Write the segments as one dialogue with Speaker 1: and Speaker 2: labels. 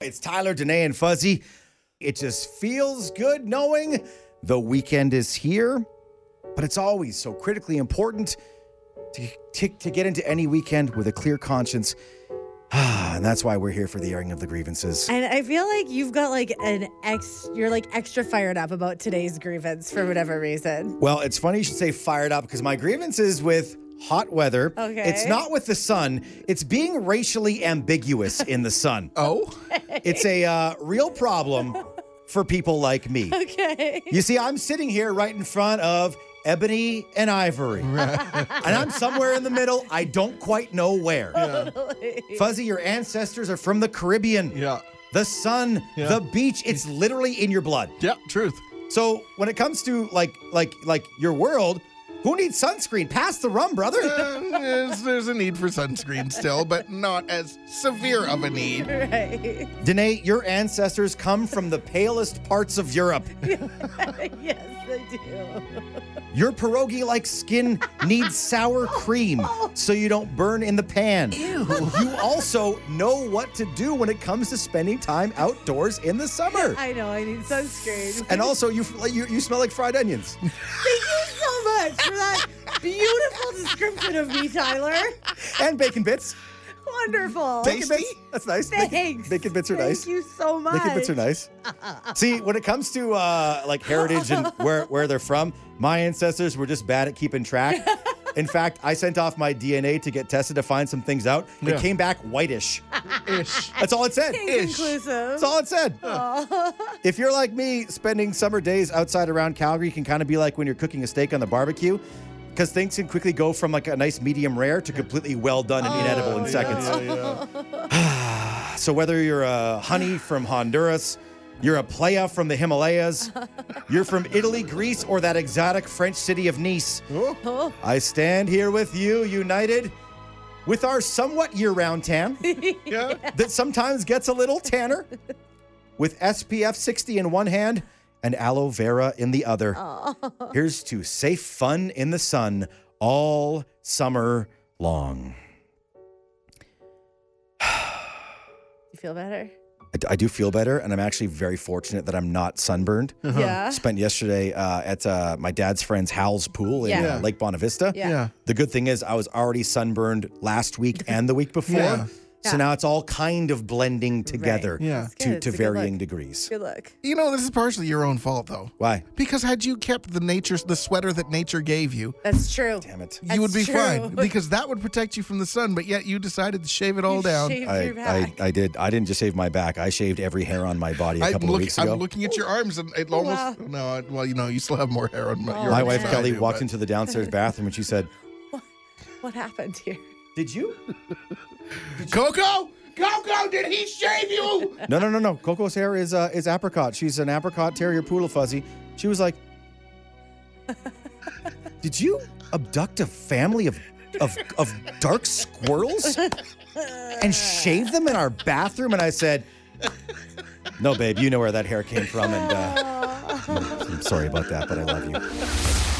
Speaker 1: It's Tyler, Danae, and Fuzzy. It just feels good knowing the weekend is here, but it's always so critically important to, to, to get into any weekend with a clear conscience. and that's why we're here for the airing of the grievances.
Speaker 2: And I feel like you've got like an ex, you're like extra fired up about today's grievance for whatever reason.
Speaker 1: Well, it's funny you should say fired up because my grievance is with hot weather.
Speaker 2: Okay.
Speaker 1: It's not with the sun. It's being racially ambiguous in the sun.
Speaker 3: Oh,
Speaker 1: It's a uh, real problem for people like me.
Speaker 2: Okay.
Speaker 1: You see, I'm sitting here right in front of ebony and ivory. and I'm somewhere in the middle. I don't quite know where. Fuzzy, your ancestors are from the Caribbean.
Speaker 3: yeah,
Speaker 1: The sun,
Speaker 3: Yeah.
Speaker 1: the beach, it's literally in your blood.
Speaker 3: yeah. Truth.
Speaker 1: So when it comes to like like like your world, who needs sunscreen? Pass the rum, brother.
Speaker 3: Uh, there's, there's a need for sunscreen still, but not as severe of a need.
Speaker 2: Right.
Speaker 1: Danae, your ancestors come from the palest parts of Europe.
Speaker 2: yes, I do.
Speaker 1: Your pierogi like skin needs sour cream
Speaker 2: Oh.
Speaker 1: so you don't burn in the pan. You also know what to do when it comes to spending time outdoors in the summer.
Speaker 2: I know. I need sunscreen.
Speaker 1: And also, you, you you smell like fried onions.
Speaker 2: Thank you so much for that beautiful description of me, Tyler.
Speaker 1: and bacon bits.
Speaker 2: Wonderful.
Speaker 1: Bacon bits. That's nice. Bacon-
Speaker 2: Thanks.
Speaker 1: Bacon bits are
Speaker 2: Thank
Speaker 1: nice.
Speaker 2: you so much.
Speaker 1: Bacon bits are nice. See, when it comes to uh, like heritage and where, where they're from, my ancestors were just bad at keeping track. In fact, I sent off my DNA to get tested to find some things out. It
Speaker 3: Yeah.
Speaker 1: came back whitish.
Speaker 3: Ish.
Speaker 1: That's all it said.
Speaker 2: It's inclusive.
Speaker 1: That's all it said. If you're like me, spending summer days outside around Calgary can kind of be like when you're cooking a steak on the barbecue, because things can quickly go from like a nice medium rare to completely well done and inedible in seconds.
Speaker 3: Oh, Yeah, yeah,
Speaker 1: So whether you're a honey from Honduras, you're a playa from the Himalayas, you're from Italy, Greece, or that exotic French city of Nice,
Speaker 3: Oh.
Speaker 1: I stand here with you, united with our somewhat year-round tan
Speaker 3: yeah. yeah.
Speaker 1: that sometimes gets a little tanner with SPF 60 in one hand and aloe vera in the other.
Speaker 2: Oh.
Speaker 1: Here's to safe fun in the sun all summer long.
Speaker 2: You feel better?
Speaker 1: I, I do feel better, and I'm actually very fortunate that I'm not sunburned.
Speaker 2: Yeah.
Speaker 1: Spent yesterday uh, at uh, my dad's friend's Hal's pool in
Speaker 2: Yeah.
Speaker 1: uh, Lake Bonavista.
Speaker 2: Yeah.
Speaker 3: Yeah.
Speaker 1: The good thing is I was already sunburned last week and the week before.
Speaker 3: Yeah.
Speaker 1: So
Speaker 2: Yeah.
Speaker 1: now it's all kind of blending together
Speaker 3: Yeah. That's
Speaker 1: to,
Speaker 2: good.
Speaker 1: to
Speaker 2: It's a good
Speaker 1: varying
Speaker 2: look.
Speaker 1: degrees.
Speaker 2: Good luck.
Speaker 3: You know, this is partially your own fault, though.
Speaker 1: Why?
Speaker 3: Because had you kept the nature, the sweater that nature gave you,
Speaker 2: That's true.
Speaker 1: Damn it.
Speaker 3: you would be
Speaker 2: That's true.
Speaker 3: fine. Because that would protect you from the sun. But yet you decided to shave it all
Speaker 2: You
Speaker 3: down.
Speaker 2: shaved
Speaker 1: I,
Speaker 2: your
Speaker 1: I,
Speaker 2: back.
Speaker 1: I did. I didn't just shave my back. I shaved every hair on my body a
Speaker 3: I'm,
Speaker 1: couple
Speaker 3: look-
Speaker 1: of weeks
Speaker 3: I'm
Speaker 1: ago.
Speaker 3: looking at your arms, and it almost
Speaker 2: Wow.
Speaker 3: no. I- Well, you know, you still have more hair on my. your
Speaker 1: my
Speaker 3: arms
Speaker 1: wife
Speaker 3: than I
Speaker 1: Kelly
Speaker 3: do,
Speaker 1: walked
Speaker 3: but-
Speaker 1: into the downstairs bathroom and she said,
Speaker 2: what happened here?
Speaker 1: "Did you?"
Speaker 3: Coco. Coco, did he shave you?
Speaker 1: No, no, no, no. Coco's hair is uh, is apricot. She's an apricot terrier poodle fuzzy. She was like, "Did you abduct a family of of of dark squirrels and shave them in our bathroom?" And I said, "No, babe. You know where that hair came from, and uh, I'm sorry about that, but I love you."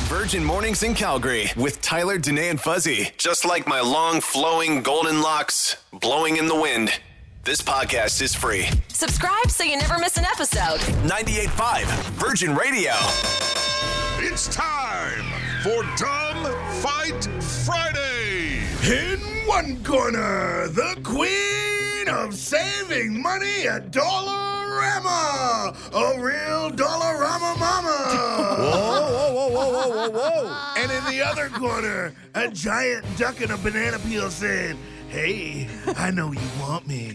Speaker 4: Virgin Mornings in Calgary with Tyler, Danae, and Fuzzy. Just like my long, flowing golden locks blowing in the wind. This podcast is free.
Speaker 5: Subscribe so you never miss an episode.
Speaker 4: 98.5 Virgin Radio.
Speaker 6: It's time for Dumb Fight Friday. In one corner, the queen of saving money at Dollarama, a real Dollarama mama.
Speaker 1: Whoa, whoa, whoa, whoa, whoa, whoa, whoa.
Speaker 6: and in the other corner, a giant duck in a banana peel saying, Hey, I know you want me.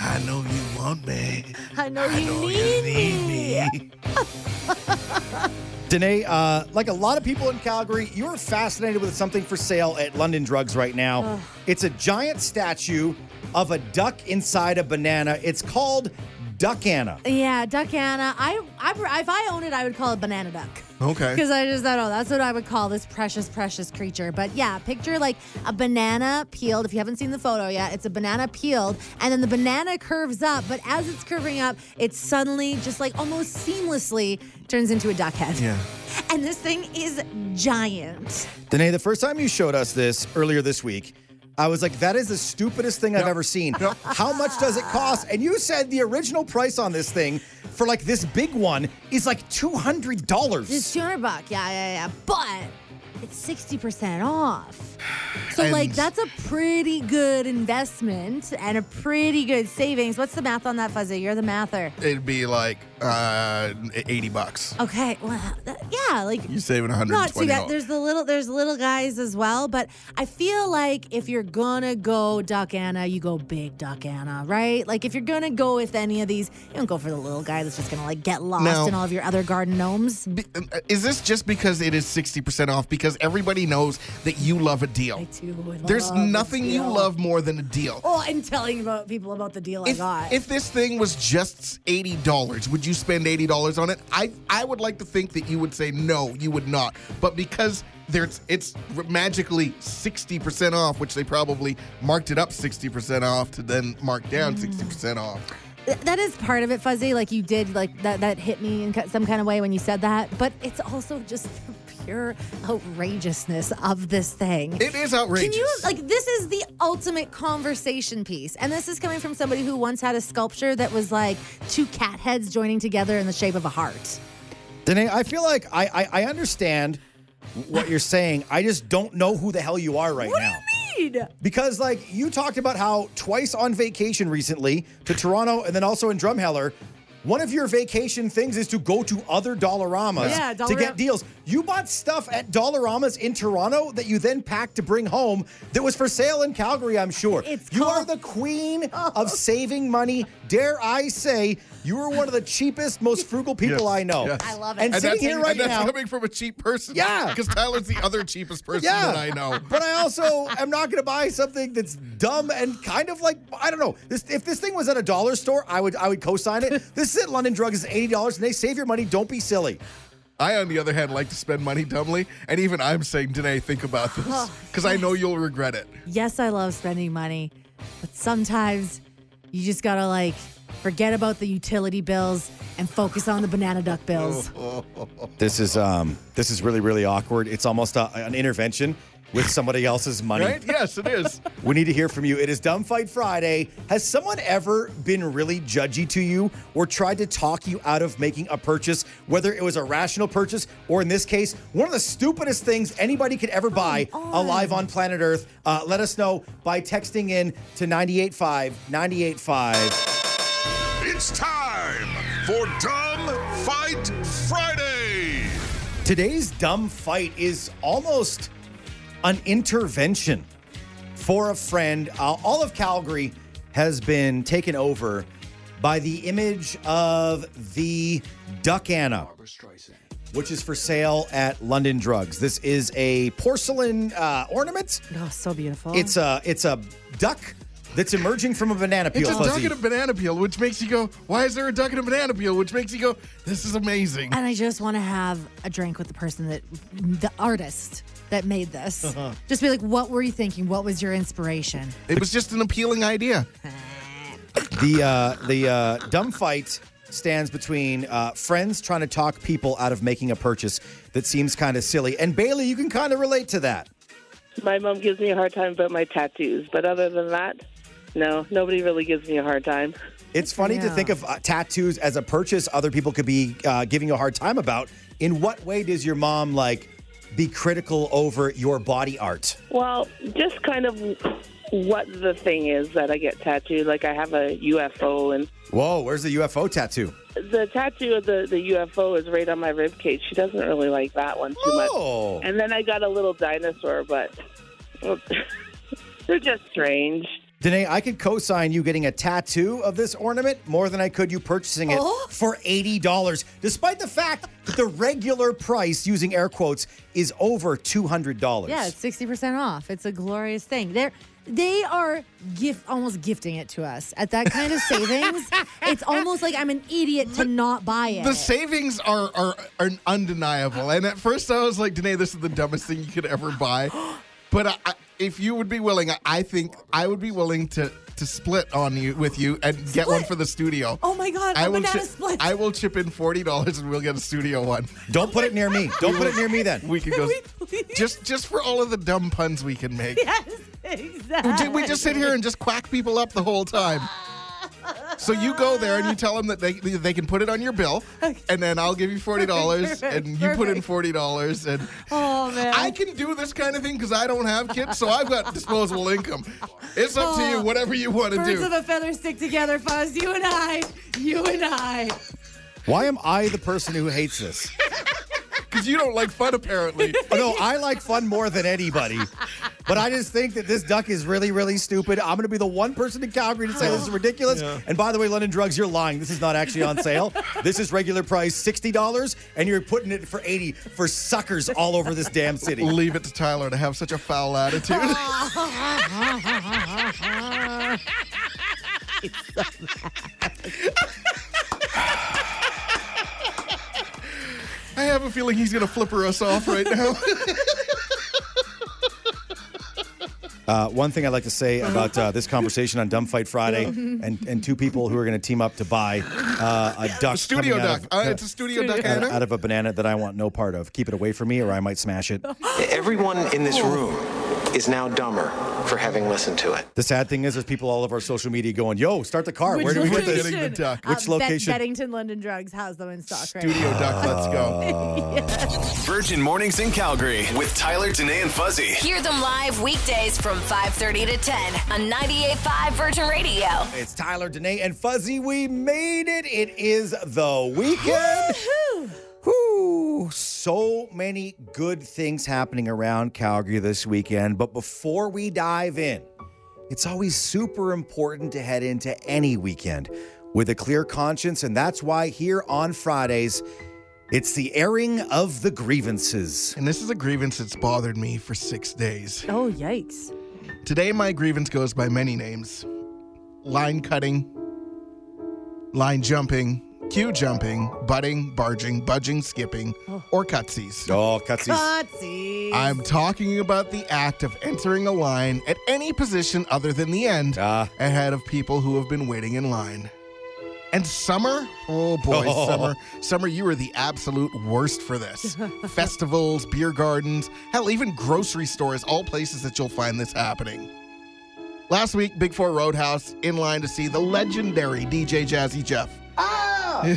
Speaker 6: I know you want me.
Speaker 2: I know
Speaker 6: I
Speaker 2: you
Speaker 6: know
Speaker 2: need
Speaker 6: you need me.
Speaker 1: Danae, uh, like a lot of people in Calgary, you're fascinated with something for sale at London Drugs right now. It's a giant statue of a duck inside a banana. It's called Duck Anna.
Speaker 2: Yeah, Duck Anna. I, I, if I owned it, I would call it Banana Duck.
Speaker 3: Okay.
Speaker 2: Because I just, I don't know. That's what I would call this precious, precious creature. But yeah, picture like a banana peeled. If you haven't seen the photo yet, it's a banana peeled. And then the banana curves up. But as it's curving up, it suddenly, just like almost seamlessly, turns into a duck head.
Speaker 3: Yeah.
Speaker 2: And this thing is giant.
Speaker 1: Danae, the first time you showed us this earlier this week, I was like, that is the stupidest thing I've ever seen. How much does it cost? And you said the original price on this thing for like this big one is like $200.
Speaker 2: It's 200 buck. Yeah, yeah, yeah. But it's 60% off. So, like,
Speaker 3: And-
Speaker 2: that's a pretty good investment and a pretty good savings. What's the math on that, Fuzzy? You're the mather.
Speaker 3: It'd be like uh, 80 bucks.
Speaker 2: Okay. Well, that- yeah, like.
Speaker 3: You're saving 120
Speaker 2: Not too bad. There's the little, there's little guys as well, but I feel like if you're gonna go Duck Anna, you go big Duck Anna, right? Like if you're gonna go with any of these, you don't go for the little guy that's just gonna like get lost
Speaker 3: No.
Speaker 2: in all of your other garden gnomes.
Speaker 3: Be- um, uh, Is this just because it is 60% off? Because everybody knows that you love a deal.
Speaker 2: I do. would
Speaker 3: There's
Speaker 2: love a
Speaker 3: nothing you
Speaker 2: deal.
Speaker 3: love more than a deal.
Speaker 2: Oh, I'm telling about people about the deal I
Speaker 3: If,
Speaker 2: got.
Speaker 3: if this thing was just eighty dollars, would you spend eighty dollars on it? I I would like to think that you would say no, you would not. But because there's it's magically sixty percent off, which they probably marked it up sixty percent off to then mark
Speaker 2: Mm.
Speaker 3: down sixty percent off.
Speaker 2: Th- that is part of it, Fuzzy. Like you did, like that that hit me in ki- some kind of way when you said that. But it's also just the pure outrageousness of this thing.
Speaker 3: It is
Speaker 2: Can
Speaker 3: outrageous.
Speaker 2: you like this is the ultimate conversation piece. And this is coming from somebody who once had a sculpture that was like two cat heads joining together in the shape of a heart.
Speaker 1: Danae, I feel like I, I I understand what you're saying. I just don't know who the hell you are right now. Because like you talked about how twice on vacation recently to Toronto and then also in Drumheller, one of your vacation things is to go to other Dollaramas
Speaker 2: Yeah,
Speaker 1: to get
Speaker 2: Dollarama-
Speaker 1: deals. You bought stuff at Dollaramas in Toronto that you then packed to bring home that was for sale in Calgary, I'm sure.
Speaker 2: It's
Speaker 1: you are
Speaker 2: called- Oh.
Speaker 1: the queen of saving money. Dare I say, you are one of the cheapest, most frugal people
Speaker 3: Yes,
Speaker 1: I know.
Speaker 3: yes.
Speaker 2: I love it.
Speaker 1: And
Speaker 3: and
Speaker 1: sitting
Speaker 3: that's,
Speaker 1: here right
Speaker 3: and that's
Speaker 1: now.
Speaker 3: coming from a cheap person.
Speaker 1: Yeah.
Speaker 3: Because Tyler's the other cheapest person
Speaker 1: Yeah.
Speaker 3: that I know.
Speaker 1: But I also am not going to buy something that's dumb and kind of like I don't know. This, if this thing was at a dollar store, I would I would co-sign it. this is it. London Drug is eighty dollars, and they save your money. Don't be silly.
Speaker 3: I, on the other hand, like to spend money dumbly. And even I'm saying, today, think about
Speaker 1: Oh,
Speaker 3: this. Because I know you'll regret it.
Speaker 2: Yes, I love spending money, but sometimes you just gotta like forget about the utility bills and focus on the banana duck bills.
Speaker 1: This is um this is really really awkward. It's almost a, an intervention with somebody else's money.
Speaker 3: Right? Yes, it is.
Speaker 1: We need to hear from you. It is Dumb Fight Friday. Has someone ever been really judgy to you or tried to talk you out of making a purchase, whether it was a rational purchase or, in this case, one of the stupidest things anybody could ever buy alive on planet Earth? Uh, let us know by texting in to 985 985.
Speaker 6: It's time for Dumb Fight Friday.
Speaker 1: Today's Dumb Fight is almost an intervention for a friend. Uh, all of Calgary has been taken over by the image of the Duck Anna, which is for sale at London Drugs. This is a porcelain uh, ornament.
Speaker 2: Oh, so beautiful.
Speaker 1: It's a it's a duck that's emerging from a banana peel.
Speaker 3: It's a duck
Speaker 1: Fuzzy.
Speaker 3: and a banana peel, which makes you go, why is there a duck and a banana peel? Which makes you go, this is amazing.
Speaker 1: Uh,
Speaker 2: and I just want to have a drink with the person that, the artist that made this. Just be like, what were you thinking? What was your inspiration?
Speaker 3: It was just an appealing idea.
Speaker 1: The uh, the uh, dumb fight stands between uh, friends trying to talk people out of making a purchase that seems kind of silly. And Bailey, you can kind of relate to that.
Speaker 7: My mom gives me a hard time about my tattoos, but other than that, no, nobody really gives me a hard time.
Speaker 1: It's funny to
Speaker 2: Yeah.
Speaker 1: think of uh, tattoos as a purchase other people could be uh, giving you a hard time about. In what way does your mom like be critical over your body art?
Speaker 7: Well, just kind of what the thing is that I get tattooed. Like I have a UFO, and
Speaker 1: Whoa, where's the UFO tattoo?
Speaker 7: the tattoo of the, the UFO is right on my rib cage. She doesn't really like that one too
Speaker 1: Oh.
Speaker 7: much. And then I got a little dinosaur, but well, they're just strange.
Speaker 1: Danae, I could co-sign you getting a tattoo of this ornament more than I could you purchasing it
Speaker 2: Oh.
Speaker 1: for eighty dollars, despite the fact that the regular price, using air quotes, is over two hundred dollars.
Speaker 2: Yeah, it's sixty percent off. It's a glorious thing. They're they are gift almost gifting it to us at that kind of savings. it's almost like I'm an idiot to not buy it.
Speaker 3: The savings are, are are undeniable. And at first I was like, Danae, this is the dumbest thing you could ever buy. But I, I, if you would be willing, I, I think I would be willing to to split on you with you and get one
Speaker 2: Split?
Speaker 3: for the studio.
Speaker 2: oh my god,
Speaker 3: I
Speaker 2: a
Speaker 3: will
Speaker 2: banana
Speaker 3: chi-
Speaker 2: split.
Speaker 3: I will chip in forty dollars and we'll get a studio one.
Speaker 1: Don't put it near me. Don't put it near me then.
Speaker 3: We could go
Speaker 2: Wait, please.
Speaker 3: just just for all of the dumb puns we can make.
Speaker 2: yes. exactly.
Speaker 3: We ju- we just sit here and just quack people up the whole time. So you go there and you tell them that they they can put it on your bill, and then I'll give you forty dollars, and you put in
Speaker 2: perfect.
Speaker 3: forty dollars, and
Speaker 2: Oh man.
Speaker 3: I can do this kind of thing because I don't have kids, so I've got disposable income. It's up to you,
Speaker 2: Oh,
Speaker 3: whatever you want to
Speaker 2: Birds of
Speaker 3: do.
Speaker 2: a feather stick together, Fuzz. You and I. You and I.
Speaker 1: Why am I the person who hates this?
Speaker 3: Because you don't like fun, apparently.
Speaker 1: Oh, no, I like fun more than anybody. But I just think that this duck is really, really stupid. I'm going to be the one person in Calgary to say this is ridiculous. And by the way, London Drugs, you're lying. This is not actually on sale. this is regular price $60, and you're putting it for 80 for suckers all over this damn city.
Speaker 3: Leave it to Tyler to have such a foul attitude. I have a feeling he's gonna flipper us off right now.
Speaker 1: Uh, one thing I'd like to say about uh, this conversation on Dumb Fight Friday and, and two people who are going to team up to buy uh, a duck.
Speaker 3: studio
Speaker 1: coming out
Speaker 3: duck.
Speaker 1: of-
Speaker 3: Uh, it's a studio, duck,
Speaker 1: out,
Speaker 3: Anna.
Speaker 1: out of a banana that I want no part of. Keep it away from me, or I might smash it.
Speaker 8: Everyone in this room is now dumber for having listened to it.
Speaker 1: The sad thing is, there's people all over our social media going, "Yo, start the car. Where do we get
Speaker 3: location?
Speaker 1: this?"
Speaker 3: getting the duck?
Speaker 2: Uh,
Speaker 1: Which
Speaker 2: Bet-
Speaker 1: location?
Speaker 2: Beddington London Drugs has them in stock right now.
Speaker 3: Studio duck. Let's go.
Speaker 4: Virgin Mornings in Calgary with Tyler, Danae, and Fuzzy.
Speaker 5: Hear them live weekdays from 5.30 to 10 on 98.5 Virgin Radio.
Speaker 1: It's Tyler, Danae, and Fuzzy. We made it. It is the weekend. Whew. So many good things happening around Calgary this weekend. But before we dive in, it's always super important to head into any weekend with a clear conscience. And that's why here on Fridays, it's the airing of the grievances.
Speaker 3: And this is a grievance that's bothered me for six days.
Speaker 2: Oh yikes!
Speaker 3: Today, my grievance goes by many names line cutting, line jumping, queue jumping, butting, barging, budging, skipping, or cutsies.
Speaker 1: Oh, cutsies.
Speaker 2: Cutsies.
Speaker 3: I'm talking about the act of entering a line at any position other than the end
Speaker 1: Ah.
Speaker 3: ahead of people who have been waiting in line. And Summer, oh boy,
Speaker 1: Oh.
Speaker 3: Summer, Summer, you are the absolute worst for this. Festivals, beer gardens, hell, even grocery stores, all places that you'll find this happening. Last week, Big Four Roadhouse in line to see the legendary DJ Jazzy Jeff.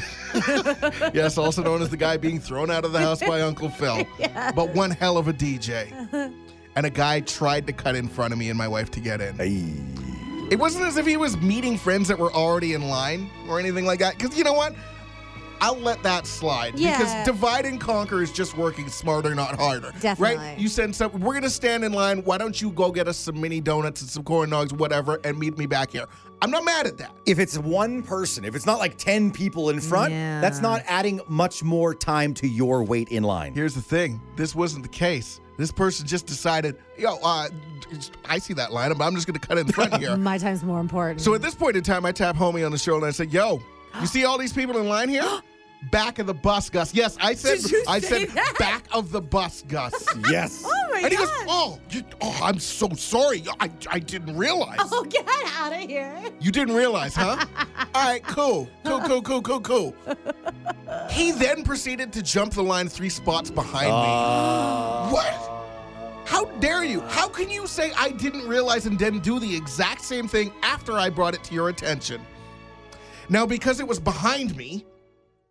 Speaker 3: yes, also known as the guy being thrown out of the house by Uncle Phil. But one hell of a DJ. And a guy tried to cut in front of me and my wife to get in. It wasn't as if he was meeting friends that were already in line or anything like that. Because you know what? I'll let that slide
Speaker 2: Yeah.
Speaker 3: because divide and conquer is just working smarter, not harder. Right?
Speaker 2: Definitely.
Speaker 3: You send some. We're gonna stand in line. Why don't you go get us some mini donuts and some corn dogs, whatever, and meet me back here? I'm not mad at that.
Speaker 1: if it's one person, if it's not like 10 people in front,
Speaker 2: Yeah.
Speaker 1: that's not adding much more time to your wait in line.
Speaker 3: Here's the thing this wasn't the case. This person just decided, yo, uh, I see that lineup, but I'm just going to cut in front here.
Speaker 2: My time's more important.
Speaker 3: so at this point in time, I tap homie on the shoulder and I said, yo, you see all these people in line here? Back of the bus, Gus. Yes, I said.
Speaker 2: Did you
Speaker 3: I
Speaker 2: say
Speaker 3: said
Speaker 2: that?
Speaker 3: back of the bus, Gus.
Speaker 1: Yes.
Speaker 2: oh my
Speaker 3: and he
Speaker 2: god!
Speaker 3: goes, oh, you, oh, I'm so sorry. I, I didn't realize.
Speaker 2: oh, get out of here!
Speaker 3: You didn't realize, huh? All right, cool. Cool, cool, cool, cool, cool. He then proceeded to jump the line three spots behind me. What? How dare you? How can you say I didn't realize and then do the exact same thing after I brought it to your attention? Now, because it was behind me,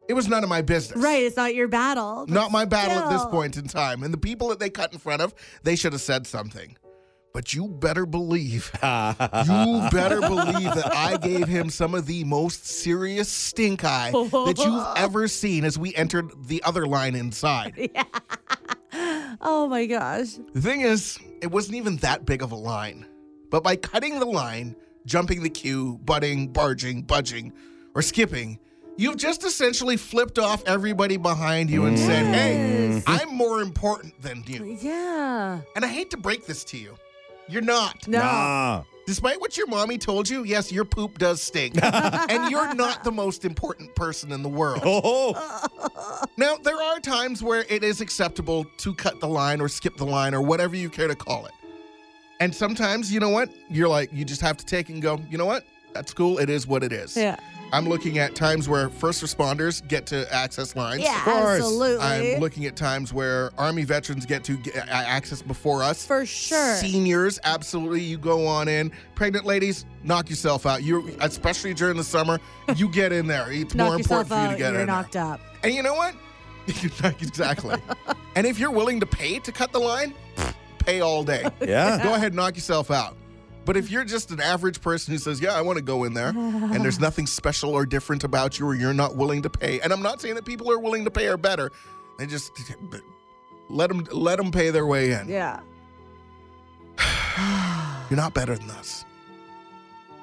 Speaker 3: it was none of my business.
Speaker 2: Right, it's not your battle. but
Speaker 3: Not my battle at this
Speaker 2: still.
Speaker 3: point in time. And the people that they cut in front of, they should have said something. But you better believe you better believe that I gave him some of the most serious stink eye that you've ever seen as we entered the other line inside.
Speaker 2: Oh my gosh!
Speaker 3: The thing is, it wasn't even that big of a line. But by cutting the line, jumping the queue, butting, barging, budging, or skipping, you've just essentially flipped off everybody behind you and said, hey, I'm more important than you.
Speaker 2: Yeah.
Speaker 3: And I hate to break this to you. You're not.
Speaker 2: No.
Speaker 1: Ah.
Speaker 3: Despite what your mommy told you, yes, your poop does stink. and you're not the most important person in the world.
Speaker 1: Oh.
Speaker 3: Now, there are times where it is acceptable to cut the line or skip the line or whatever you care to call it. And sometimes, you know what? You're like, you just have to take and go, you know what? That's cool. It is what it is.
Speaker 2: Yeah.
Speaker 3: I'm looking at times where first responders get to access lines.
Speaker 2: Yeah,
Speaker 1: course.
Speaker 2: absolutely.
Speaker 3: I'm looking at times where Army veterans get to get, uh, access before us.
Speaker 2: For sure.
Speaker 3: Seniors, absolutely. You go on in. Pregnant ladies, knock yourself out. You're especially during the summer. You get in there. It's
Speaker 2: Knock
Speaker 3: more important
Speaker 2: yourself
Speaker 3: for you to
Speaker 2: out.
Speaker 3: get
Speaker 2: You're
Speaker 3: in.
Speaker 2: knocked
Speaker 3: there.
Speaker 2: up.
Speaker 3: And you know what? exactly. and if you're willing to pay to cut the line, pfft, pay all day.
Speaker 1: Yeah.
Speaker 3: Go ahead, knock yourself out. But if you're just an average person who says, "Yeah, I want to go in there," and there's nothing special or different about you, or you're not willing to pay, and I'm not saying that people are willing to pay are better, they just but let them let them pay their way in.
Speaker 2: Yeah.
Speaker 3: You're not better than us.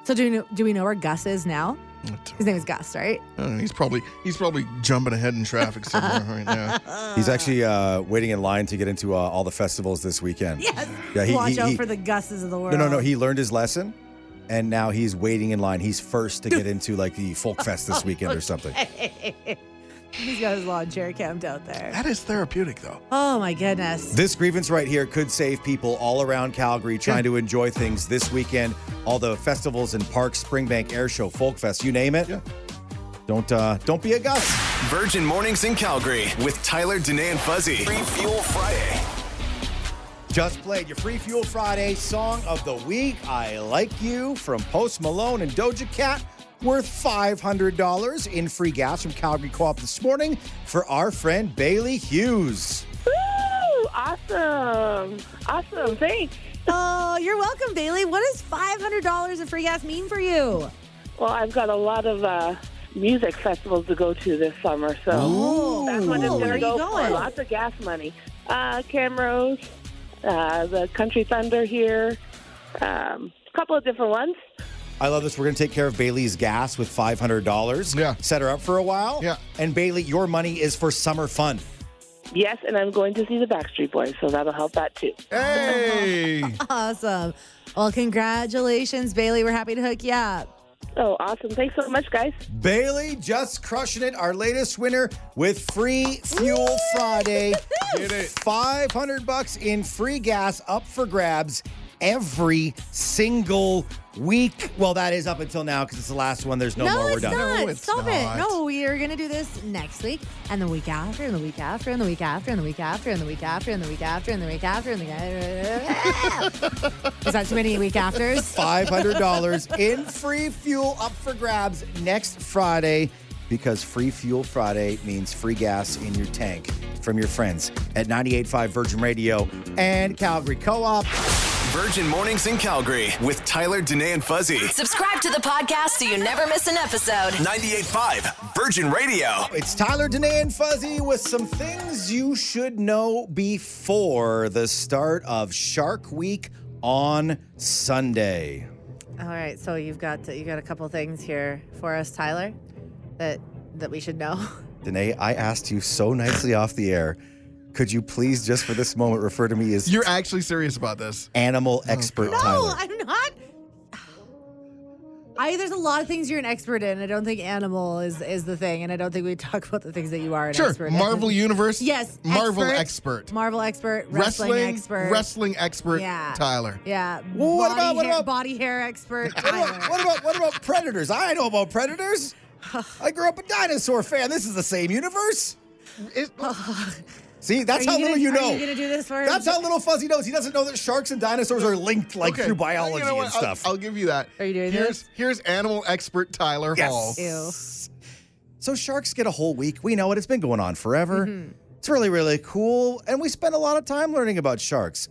Speaker 2: So do we know, do we know where Gus is now? His name is Gus, right?
Speaker 3: Uh, he's probably he's probably jumping ahead in traffic somewhere right now.
Speaker 1: He's actually uh, waiting in line to get into uh, all the festivals this weekend.
Speaker 2: Yes.
Speaker 1: Yeah, he-
Speaker 2: Watch
Speaker 1: he-
Speaker 2: out
Speaker 1: he-
Speaker 2: for the Gus's of the world.
Speaker 1: No, no, no. He learned his lesson, and now he's waiting in line. He's first to get into like the folk fest this weekend or something.
Speaker 2: He's got his lawn chair camped out there.
Speaker 3: That is therapeutic, though.
Speaker 2: Oh my goodness.
Speaker 1: This grievance right here could save people all around Calgary trying to enjoy things this weekend. All the festivals and parks, Springbank Air Show, Folk Fest, you name it.
Speaker 3: Yeah.
Speaker 1: Don't uh, don't be a gus.
Speaker 4: Virgin Mornings in Calgary with Tyler, Danae, and Fuzzy. Free Fuel Friday.
Speaker 1: Just played your Free Fuel Friday song of the week. I like you from Post Malone and Doja Cat, worth $500 in free gas from Calgary Co-op this morning for our friend Bailey Hughes.
Speaker 7: Woo! Awesome. Awesome. Thanks.
Speaker 2: Oh, you're welcome, Bailey. What does $500 in free gas mean for you?
Speaker 7: Well, I've got a lot of uh, music festivals to go to this summer, so Oh, that's what it's
Speaker 2: Where are
Speaker 7: gonna
Speaker 2: you
Speaker 7: go
Speaker 2: going?
Speaker 7: for. Lots of gas money. Uh, Camrose, uh, the Country Thunder here, a um, couple of different ones.
Speaker 1: I love this. We're going to take care of Bailey's gas with $500.
Speaker 3: Yeah.
Speaker 1: Set her up for a while.
Speaker 3: Yeah.
Speaker 1: And Bailey, your money is for summer fun.
Speaker 7: Yes, and I'm going to see the Backstreet Boys, so that'll help that too.
Speaker 3: Hey,
Speaker 2: Awesome. Well, congratulations, Bailey. We're happy to hook you up.
Speaker 7: Oh, awesome! Thanks so much, guys.
Speaker 1: Bailey just crushing it. Our latest winner with Free Fuel Friday.
Speaker 3: Get it.
Speaker 1: 500 bucks in free gas up for grabs every single week. Well, that is up until now because it's the last one. There's no, more. We're
Speaker 2: it's
Speaker 1: done.
Speaker 2: not.
Speaker 3: No, it's
Speaker 2: Stop
Speaker 3: not.
Speaker 2: it. No, we are going to do this next week and the week after and the week after and the week after and the week after and the week after and the week after and the week after and the Is that too many week afters?
Speaker 1: $500 in free fuel up for grabs next Friday because Free Fuel Friday means free gas in your tank from your friends at 98.5 Virgin Radio and Calgary Co op.
Speaker 4: Virgin Mornings in Calgary with Tyler, Danae, and Fuzzy.
Speaker 5: Subscribe to the podcast so you never miss an episode.
Speaker 4: 98.5 Virgin Radio.
Speaker 1: It's Tyler, Danae, and Fuzzy with some things you should know before the start of Shark Week on Sunday.
Speaker 2: All right, so you've got you got a couple things here for us, Tyler, that that we should know.
Speaker 1: Danae, I asked you so nicely off the air. Could you please, just for this moment, refer to me as
Speaker 3: you're actually serious about this?
Speaker 1: animal expert, Tyler?
Speaker 2: No, I'm not. I there's a lot of things you're an expert in. I don't think animal is is the thing, and I don't think we talk about the things that you are an
Speaker 3: Sure.
Speaker 2: expert.
Speaker 3: Marvel
Speaker 2: in.
Speaker 3: Universe.
Speaker 2: Yes,
Speaker 3: Marvel expert.
Speaker 2: Marvel expert. Wrestling,
Speaker 3: wrestling,
Speaker 2: expert.
Speaker 3: wrestling expert
Speaker 2: Yeah.
Speaker 3: Tyler.
Speaker 2: Yeah.
Speaker 1: Well, what
Speaker 2: body
Speaker 1: about- what
Speaker 2: hair,
Speaker 1: about-
Speaker 2: body hair expert?
Speaker 1: What about,
Speaker 2: Tyler.
Speaker 1: what about what about predators? I know about predators. I grew up a dinosaur fan. This is the same universe.
Speaker 3: Is-
Speaker 2: Oh.
Speaker 1: See,
Speaker 2: Are
Speaker 1: that's how
Speaker 2: gonna-
Speaker 1: little you know.
Speaker 2: Are you gonna do this for us?
Speaker 1: that's how little Fuzzy knows. He doesn't know that sharks and dinosaurs are linked like
Speaker 3: okay.
Speaker 1: through biology
Speaker 3: You know what?
Speaker 1: and
Speaker 3: I'll-
Speaker 1: stuff.
Speaker 3: I'll, give you that.
Speaker 2: Are you doing
Speaker 3: here's,
Speaker 2: this?
Speaker 3: Here's animal expert Tyler Hall.
Speaker 2: Ew.
Speaker 1: So sharks get a whole week. We know it. It's been going on forever. It's really really cool, and we spend a lot of time learning about sharks.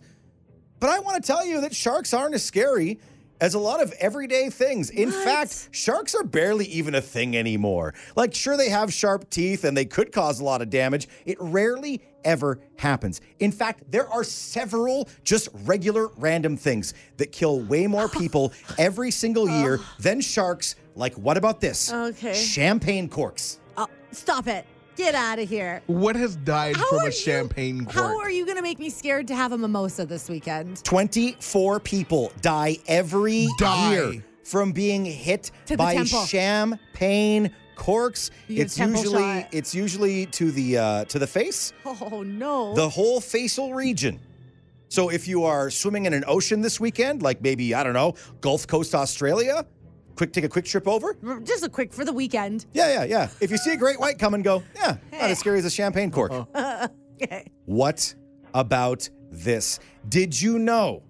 Speaker 1: But I want to tell you that sharks aren't as scary as a lot of everyday things. In fact, sharks are barely even a thing anymore. Like, sure, they have sharp teeth and they could cause a lot of damage. It rarely ever happens. In fact, there are several just regular random things that kill way more people every single year than sharks. Like, what about this?
Speaker 2: Okay.
Speaker 1: Champagne corks.
Speaker 2: Oh, stop it. Get out of here.
Speaker 3: What has died
Speaker 2: How
Speaker 3: from
Speaker 2: are
Speaker 3: a
Speaker 2: you-
Speaker 3: champagne cork?
Speaker 2: How are you gonna make me scared to have a mimosa this weekend?
Speaker 1: 24 people die every
Speaker 3: Die.
Speaker 1: year from being hit
Speaker 2: To the
Speaker 1: by
Speaker 2: temple.
Speaker 1: champagne corks.
Speaker 2: You get
Speaker 1: it's
Speaker 2: a temple
Speaker 1: usually
Speaker 2: shot.
Speaker 1: it's usually to the uh, to the face,
Speaker 2: Oh no.
Speaker 1: the whole facial region. So if you are swimming in an ocean this weekend, like maybe I don't know, Gulf Coast Australia, quick take a quick trip over.
Speaker 2: R- Just a quick for the weekend.
Speaker 1: Yeah, yeah, yeah. If you see a great white come and go, yeah, not as scary as a champagne cork.
Speaker 2: Uh-huh. Okay.
Speaker 1: What about this? Did you know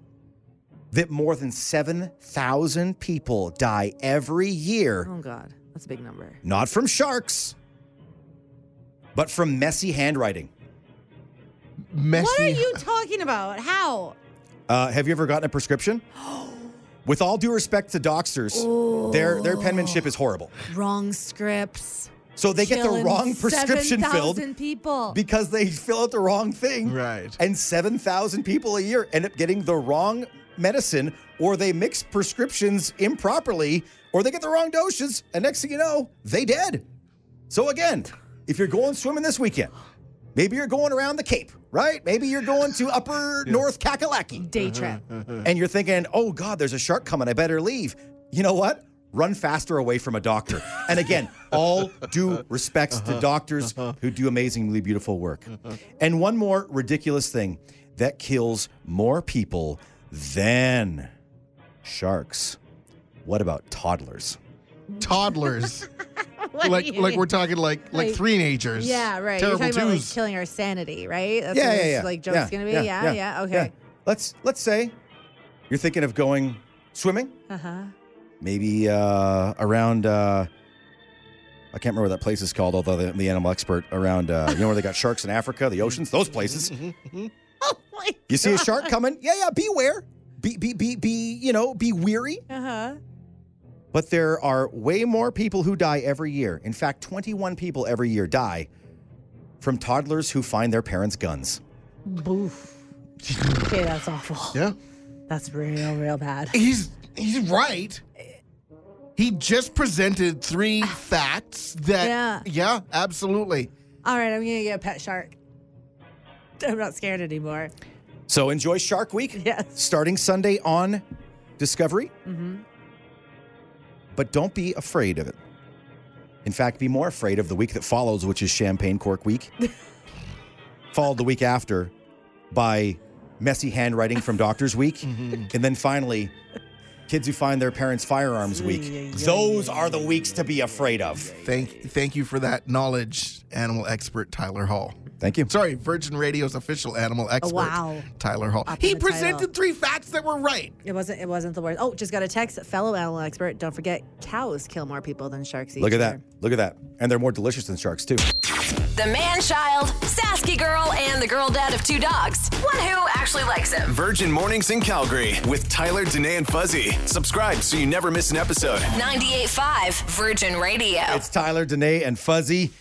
Speaker 1: that more than 7,000 people die every year,
Speaker 2: Oh God, that's a big number.
Speaker 1: not from sharks, but from messy handwriting?
Speaker 3: Messy.
Speaker 2: What are you talking about? How?
Speaker 1: Uh, have you ever gotten a prescription? With all due respect to doctors, their their penmanship is horrible.
Speaker 2: Wrong scripts.
Speaker 1: So they get the
Speaker 2: Killing
Speaker 1: wrong prescription filled
Speaker 2: 7,000 people.
Speaker 1: because they fill out the wrong thing.
Speaker 3: Right.
Speaker 1: And 7,000 people a year end up getting the wrong medicine or they mix prescriptions improperly or they get the wrong doses and next thing you know, they dead. So again, if you're going swimming this weekend, maybe you're going around the Cape, right? Maybe you're going to upper North Kakalaki
Speaker 2: Day trip.
Speaker 1: and you're thinking, oh God, there's a shark coming. I better leave. You know what? Run faster away from a doctor. And again, all due respects to doctors who do amazingly beautiful work. And one more ridiculous thing that kills more people than sharks. What about toddlers?
Speaker 3: Toddlers.
Speaker 2: What do
Speaker 3: like
Speaker 2: you
Speaker 3: like
Speaker 2: mean?
Speaker 3: we're talking like like,
Speaker 2: Like-
Speaker 3: teenagers.
Speaker 2: Yeah, right.
Speaker 3: Terrible
Speaker 2: You're talking about like
Speaker 3: twos.
Speaker 2: killing our sanity, right? That's
Speaker 1: yeah,
Speaker 2: what
Speaker 1: yeah,
Speaker 2: this,
Speaker 1: yeah.
Speaker 2: Like joke's
Speaker 1: Yeah,
Speaker 2: gonna be. Yeah, yeah. Okay.
Speaker 1: Let's let's say you're thinking of going swimming,
Speaker 2: Uh huh.
Speaker 1: maybe uh, around. Uh, I can't remember what that place is called, although the, the animal expert around, uh, you know, where they got sharks in Africa, the oceans, those places.
Speaker 2: Oh my.
Speaker 1: You see a shark coming? Yeah, yeah. Beware. Be, be, be, be. You know, be weary.
Speaker 2: Uh huh.
Speaker 1: But there are way more people who die every year. In fact, 21 people every year die from toddlers who find their parents' guns.
Speaker 2: Boof. Okay, that's awful.
Speaker 3: Yeah.
Speaker 2: That's real, real bad.
Speaker 3: He's he's right. He just presented three facts that
Speaker 2: Yeah.
Speaker 3: yeah, absolutely.
Speaker 2: All right, I'm gonna get a pet shark. I'm not scared anymore.
Speaker 1: So enjoy Shark Week.
Speaker 2: Yes.
Speaker 1: starting Sunday on Discovery. But don't be afraid of it. In fact, be more afraid of the week that follows, which is Champagne Cork Week, followed the week after by messy handwriting from Doctors Week, and then finally, kids who find their parents' firearms week. Those are the weeks to be afraid of.
Speaker 3: Thank thank you for that knowledge, animal expert Tyler Hall.
Speaker 1: Thank you.
Speaker 3: Sorry, Virgin Radio's official animal expert,
Speaker 2: Oh, wow.
Speaker 3: Tyler Hall.
Speaker 2: Up in
Speaker 3: He
Speaker 2: the title.
Speaker 3: presented three facts that were right.
Speaker 2: It wasn't. It wasn't the worst. Oh, just got a text. Fellow animal expert. Don't forget, cows kill more people than sharks. Each
Speaker 1: Look at
Speaker 2: year.
Speaker 1: that. Look at that. And they're more delicious than sharks, too.
Speaker 5: The man child, Sasky girl, and the girl dad of two dogs. One who actually likes him.
Speaker 4: Virgin Mornings in Calgary with Tyler, Danae, and Fuzzy. Subscribe so you never miss an episode.
Speaker 5: 98.5 Virgin Radio.
Speaker 1: It's Tyler, Danae, and Fuzzy.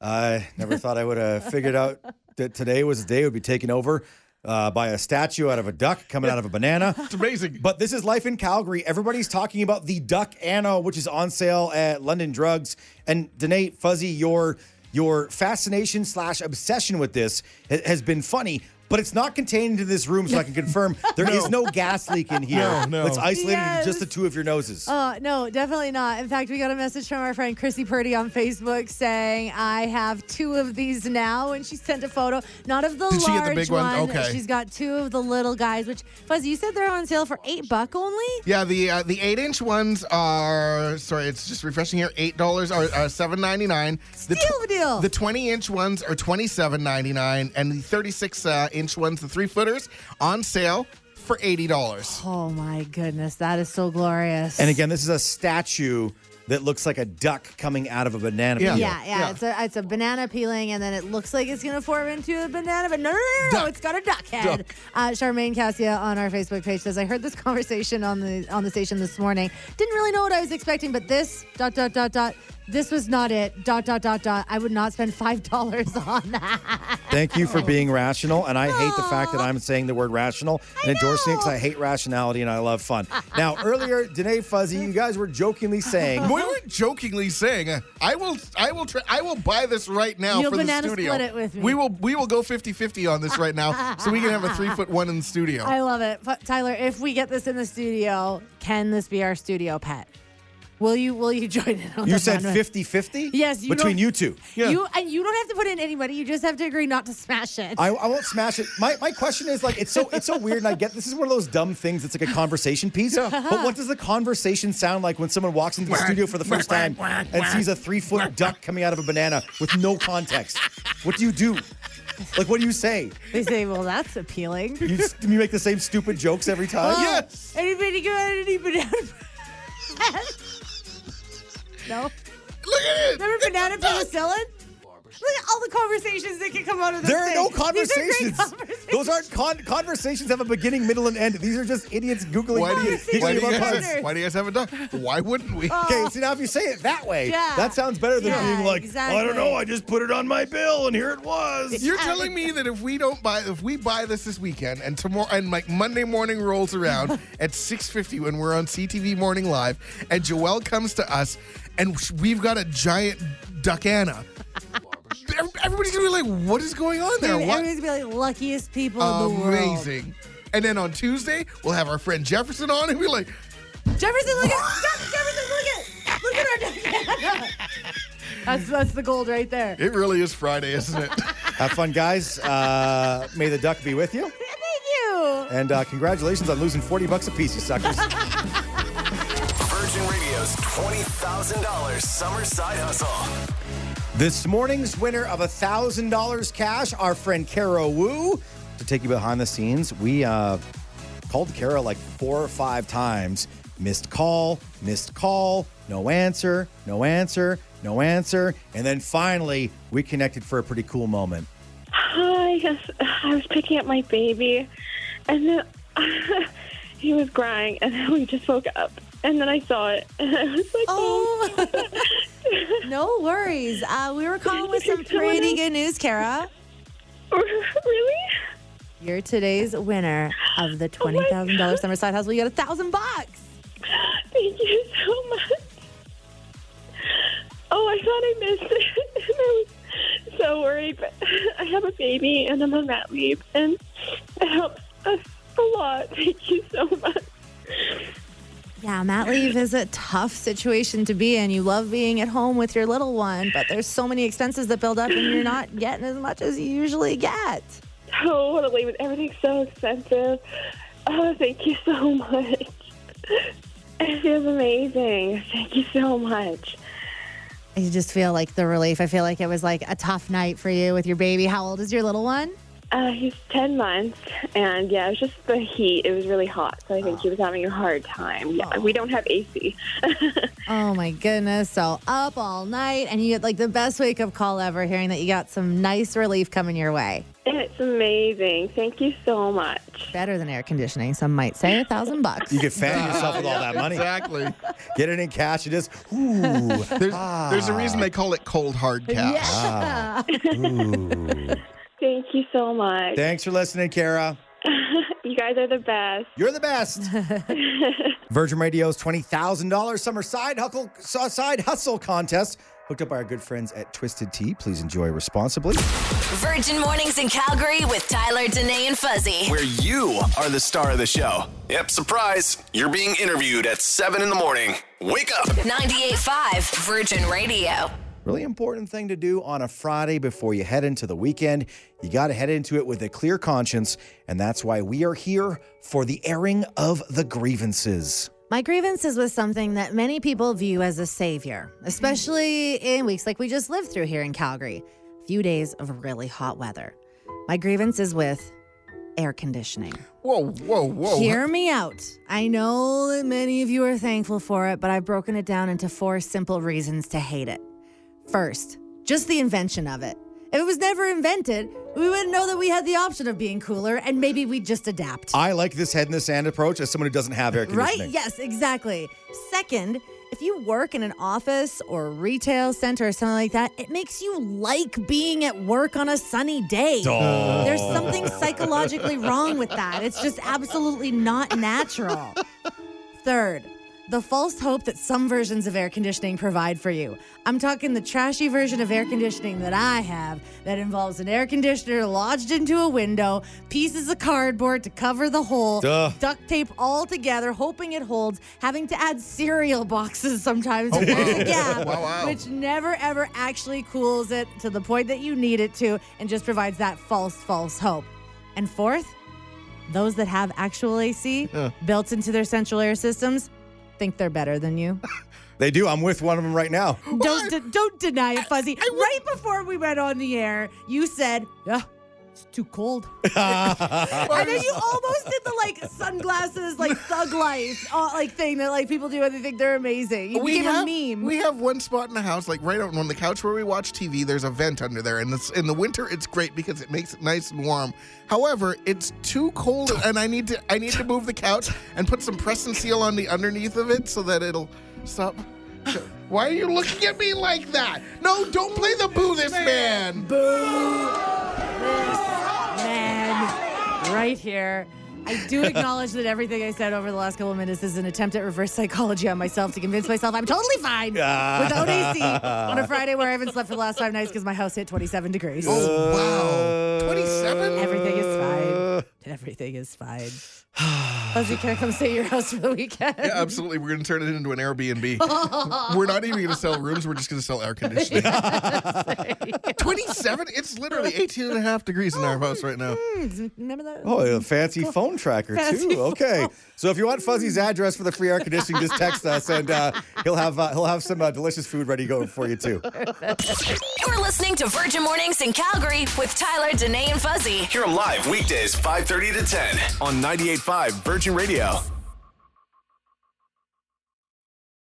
Speaker 1: I never thought I would have figured out that today was the day would be taken over uh, by a statue out of a duck coming out of a banana.
Speaker 3: It's amazing.
Speaker 1: But this is life in Calgary. Everybody's talking about the Duck Anno, which is on sale at London Drugs. And Danae, Fuzzy, your your fascination slash obsession with this ha- has been funny. But it's not contained to this room, so I can confirm there is no gas leak in here.
Speaker 3: No, no.
Speaker 1: It's isolated to
Speaker 2: Yes.
Speaker 1: just the two of your noses.
Speaker 2: Uh, no, definitely not. In fact, we got a message from our friend Chrissy Purdy on Facebook saying, I have two of these now. And she sent a photo, not of the
Speaker 3: Did
Speaker 2: large
Speaker 3: she get the big
Speaker 2: one.
Speaker 3: one? Okay.
Speaker 2: She's got two of the little guys, which, Fuzzy, you said they're on sale for eight buck only?
Speaker 3: Yeah, the uh, the eight inch ones are sorry, it's just refreshing here. Eight dollars are, are seven ninety nine. The
Speaker 2: Steal the deal.
Speaker 3: The twenty inch ones are twenty seven ninety nine, and the thirty six uh, inch ones, the three footers, on sale for eighty dollars.
Speaker 2: Oh my goodness, that is so glorious.
Speaker 1: And again, this is a statue that loops like a duck coming out of a banana
Speaker 3: Yeah.
Speaker 1: peel.
Speaker 2: yeah, yeah,
Speaker 3: yeah.
Speaker 2: It's, a, it's a banana peeling, and then it looks like it's going to form into a banana, but no, no, no, no, no
Speaker 3: Duck.
Speaker 2: it's got a duck head.
Speaker 3: Duck.
Speaker 2: Uh, Charmaine Cassia on our Facebook page says, I heard this conversation on the on the station this morning. Didn't really know what I was expecting, but this, dot, dot, dot, dot, this was not it, dot, dot, dot, dot. I would not spend $5 on that.
Speaker 1: Thank you for being rational. And I hate the fact that I'm saying the word rational and endorsing it because I hate rationality and I love fun. Now, earlier, Danae Fuzzy, you guys were jokingly saying,
Speaker 2: Uh-huh.
Speaker 3: We were jokingly saying, uh, "I will, I will, try, I will buy this right now
Speaker 2: You'll
Speaker 3: for the
Speaker 2: banana
Speaker 3: studio.
Speaker 2: split it with me.
Speaker 3: We will, we will go 50-50 on this right now, so we can have a three foot one in the studio.
Speaker 2: I love it. But Tyler, if we get this in the studio, can this be our studio pet? Will you will you join in? on
Speaker 1: You
Speaker 2: the
Speaker 1: said
Speaker 2: fun one?
Speaker 1: 50 50?
Speaker 2: Yes, you
Speaker 1: Between
Speaker 2: don't-
Speaker 1: you two.
Speaker 2: You and you don't have to put in anybody. You just have to agree not to smash it.
Speaker 1: I, I won't smash it. My, my question is like it's so it's so weird, and I get this is one of those dumb things. that's like a conversation piece. But what does the conversation sound like when someone walks into the studio for the first time and sees a three foot duck coming out of a banana with no context? What do you do? Like what do you say?
Speaker 2: they say, well, that's appealing.
Speaker 1: You, uh, s- you make the same stupid jokes every time.
Speaker 2: Oh, Anybody good? Any banana? no.
Speaker 3: Look at it.
Speaker 2: Remember banana penicillin? Look at all the conversations that can come out of this.
Speaker 1: There are
Speaker 2: thing.
Speaker 1: no
Speaker 2: These great
Speaker 1: conversations.
Speaker 2: conversations.
Speaker 1: Those aren't con- conversations. Have a beginning, middle, and end. These are just idiots googling.
Speaker 3: Why do you,
Speaker 2: Conversation
Speaker 3: why, do you
Speaker 1: about
Speaker 2: partner.
Speaker 1: puns.
Speaker 3: guys, why do you guys have a duck? Why wouldn't
Speaker 2: Oh,
Speaker 3: we?
Speaker 1: Okay, so now if you say it that way,
Speaker 2: Yeah.
Speaker 1: that sounds better than
Speaker 2: Yeah,
Speaker 1: being like,
Speaker 2: exactly.
Speaker 1: I don't know, I just put it on my bill and here it was.
Speaker 3: You're telling me that if we don't buy, if we buy this this weekend, and tomorrow, and like Monday morning rolls around at 6:50 when we're on CTV Morning Live, and Joelle comes to us, and sh- we've got a giant duck Anna. ev- Everybody's gonna be like, "What is going on there?
Speaker 2: Dude,
Speaker 3: What?
Speaker 2: everybody's gonna be like luckiest people in the world.
Speaker 3: Amazing!" And then on Tuesday, we'll have our friend Jefferson on, and be like,
Speaker 2: Jefferson, look at Jeff- Jefferson, look at look at our banana. That's that's the gold right there.
Speaker 3: "It really is Friday, isn't it?"
Speaker 1: Have fun, guys. Uh, may the duck be with you.
Speaker 2: Thank you.
Speaker 1: And uh, congratulations on losing 40 bucks apiece, you suckers.
Speaker 4: Virgin Radio's $20,000 summer side hustle.
Speaker 1: this morning's winner of $1,000 cash, our friend Kara Wu. To take you behind the scenes, we uh, called Kara like four or five times. Missed call, missed call, no answer, no answer, no answer. And then finally, we connected for a pretty cool moment.
Speaker 7: Hi, yes, I was picking up my baby, and then he was crying, and then we just woke up, and then I saw it, and I was like, oh,
Speaker 2: Oh, no worries. Uh, we were calling with some pretty good news, Kara.
Speaker 7: "Oh, really?
Speaker 2: You're today's winner of the twenty thousand dollars summer side hustle. You got a thousand bucks.
Speaker 7: Thank you so much. Oh, I thought I missed it, and I was so worried. But I have a baby, and I'm on mat leave, and it helps us a lot. Thank you so much.
Speaker 2: Yeah, Matt leave is a tough situation to be in. You love being at home with your little one, but there's so many expenses that build up, and you're not getting as much as you usually get.
Speaker 7: Totally, with everything so expensive. Oh, thank you so much. It feels amazing. Thank you so much.
Speaker 2: You just feel like the relief. I feel like it was like a tough night for you with your baby. How old is your little one?
Speaker 7: Uh, he's 10 months, and yeah, it was just the heat. It was really hot, so I think he was having a hard time. Yeah, we don't have AC.
Speaker 2: Oh my goodness. So up all night, and you get like the best wake up call ever hearing that you got some nice relief coming your way.
Speaker 7: it's amazing. Thank you so much.
Speaker 2: Better than air conditioning, some might say. A thousand bucks.
Speaker 1: You could fan yourself with all that money.
Speaker 3: exactly.
Speaker 1: Get it in cash. It is. Ooh.
Speaker 3: There's there's a reason they call it cold hard cash.
Speaker 1: Ah.
Speaker 7: Thank you so much.
Speaker 1: Thanks for listening, Kara.
Speaker 7: You guys are the best.
Speaker 1: You're the best. Virgin Radio's $20,000 summer side hustle, side hustle contest, hooked up by our good friends at Twisted Tea. Please enjoy responsibly.
Speaker 5: Virgin Mornings in Calgary with Tyler, Danae, and Fuzzy.
Speaker 4: Where you are the star of the show. Yep, surprise. You're being interviewed at 7 in the morning. Wake up.
Speaker 5: 98.5 Virgin Radio.
Speaker 1: Really important thing to do on a Friday before you head into the weekend. You got to head into it with a clear conscience, and that's why we are here for the airing of the grievances.
Speaker 2: My grievances was something that many people view as a savior, especially in weeks like we just lived through here in Calgary. A few days of really hot weather. My grievance is with air conditioning.
Speaker 3: Whoa, whoa, whoa!
Speaker 2: Hear me out. I know that many of you are thankful for it, but I've broken it down into four simple reasons to hate it. First, just the invention of it. If it was never invented, we wouldn't know that we had the option of being cooler, and maybe we'd just adapt.
Speaker 1: I like this head in the sand approach as someone who doesn't have air conditioning.
Speaker 2: Right? Yes, exactly. Second, if you work in an office or retail center or something like that, it makes you like being at work on a sunny day. There's something psychologically wrong with that. It's just absolutely not natural. Third, the false hope that some versions of air conditioning provide for you. I'm talking the trashy version of air conditioning that I have that involves an air conditioner lodged into a window, pieces of cardboard to cover the hole,
Speaker 1: Duh.
Speaker 2: duct tape all together, hoping it holds, having to add cereal boxes sometimes to fill the gap,
Speaker 3: Oh, Wow, wow.
Speaker 2: which never ever actually cools it to the point that you need it to and just provides that false, false hope. And fourth, those that have actual AC built into their central air systems think they're better than you.
Speaker 1: They do. I'm with one of them right now.
Speaker 2: don't de- don't deny it, Fuzzy. right before we went on the air, you said, "Yeah, it's too cold," and then you almost did the like sunglasses, like thug life, uh, like thing that like people do when they think they're amazing. You became
Speaker 3: have,
Speaker 2: a meme.
Speaker 3: we have one spot in the house, like right on, on the couch where we watch TV. There's a vent under there, and it's, in the winter it's great because it makes it nice and warm. However, it's too cold, and I need to I need to move the couch and put some press and seal on the underneath of it so that it'll stop. Why are you looking at me like that? No, don't play the boo this man.
Speaker 2: man right here. I do acknowledge that everything I said over the last couple of minutes is an attempt at reverse psychology on myself to convince myself I'm totally fine without AC on a Friday where I haven't slept for the last five nights because my house hit 27 degrees.
Speaker 3: Oh wow, twenty seven.
Speaker 2: Everything is
Speaker 1: Uh,
Speaker 2: fine. Everything is fine. Fuzzy, can I come stay at your house for the weekend?
Speaker 3: Yeah, absolutely. We're going to turn it into an Airbnb. we're not even going to sell rooms. We're just going to sell air conditioning. 27? It's literally 18 and a half degrees in our house right now.
Speaker 2: Remember that?
Speaker 1: Oh, a fancy phone tracker
Speaker 2: Fancy
Speaker 1: too. Okay, so if you want Fuzzy's address for the free air conditioning, just text us, and uh, he'll have uh, he'll have some uh, delicious food ready to go for you too.
Speaker 5: You're listening to Virgin Mornings in Calgary with Tyler, Danae, and Fuzzy.
Speaker 4: Hear them live weekdays 5:30 to 10 on 98.5 Virgin Radio.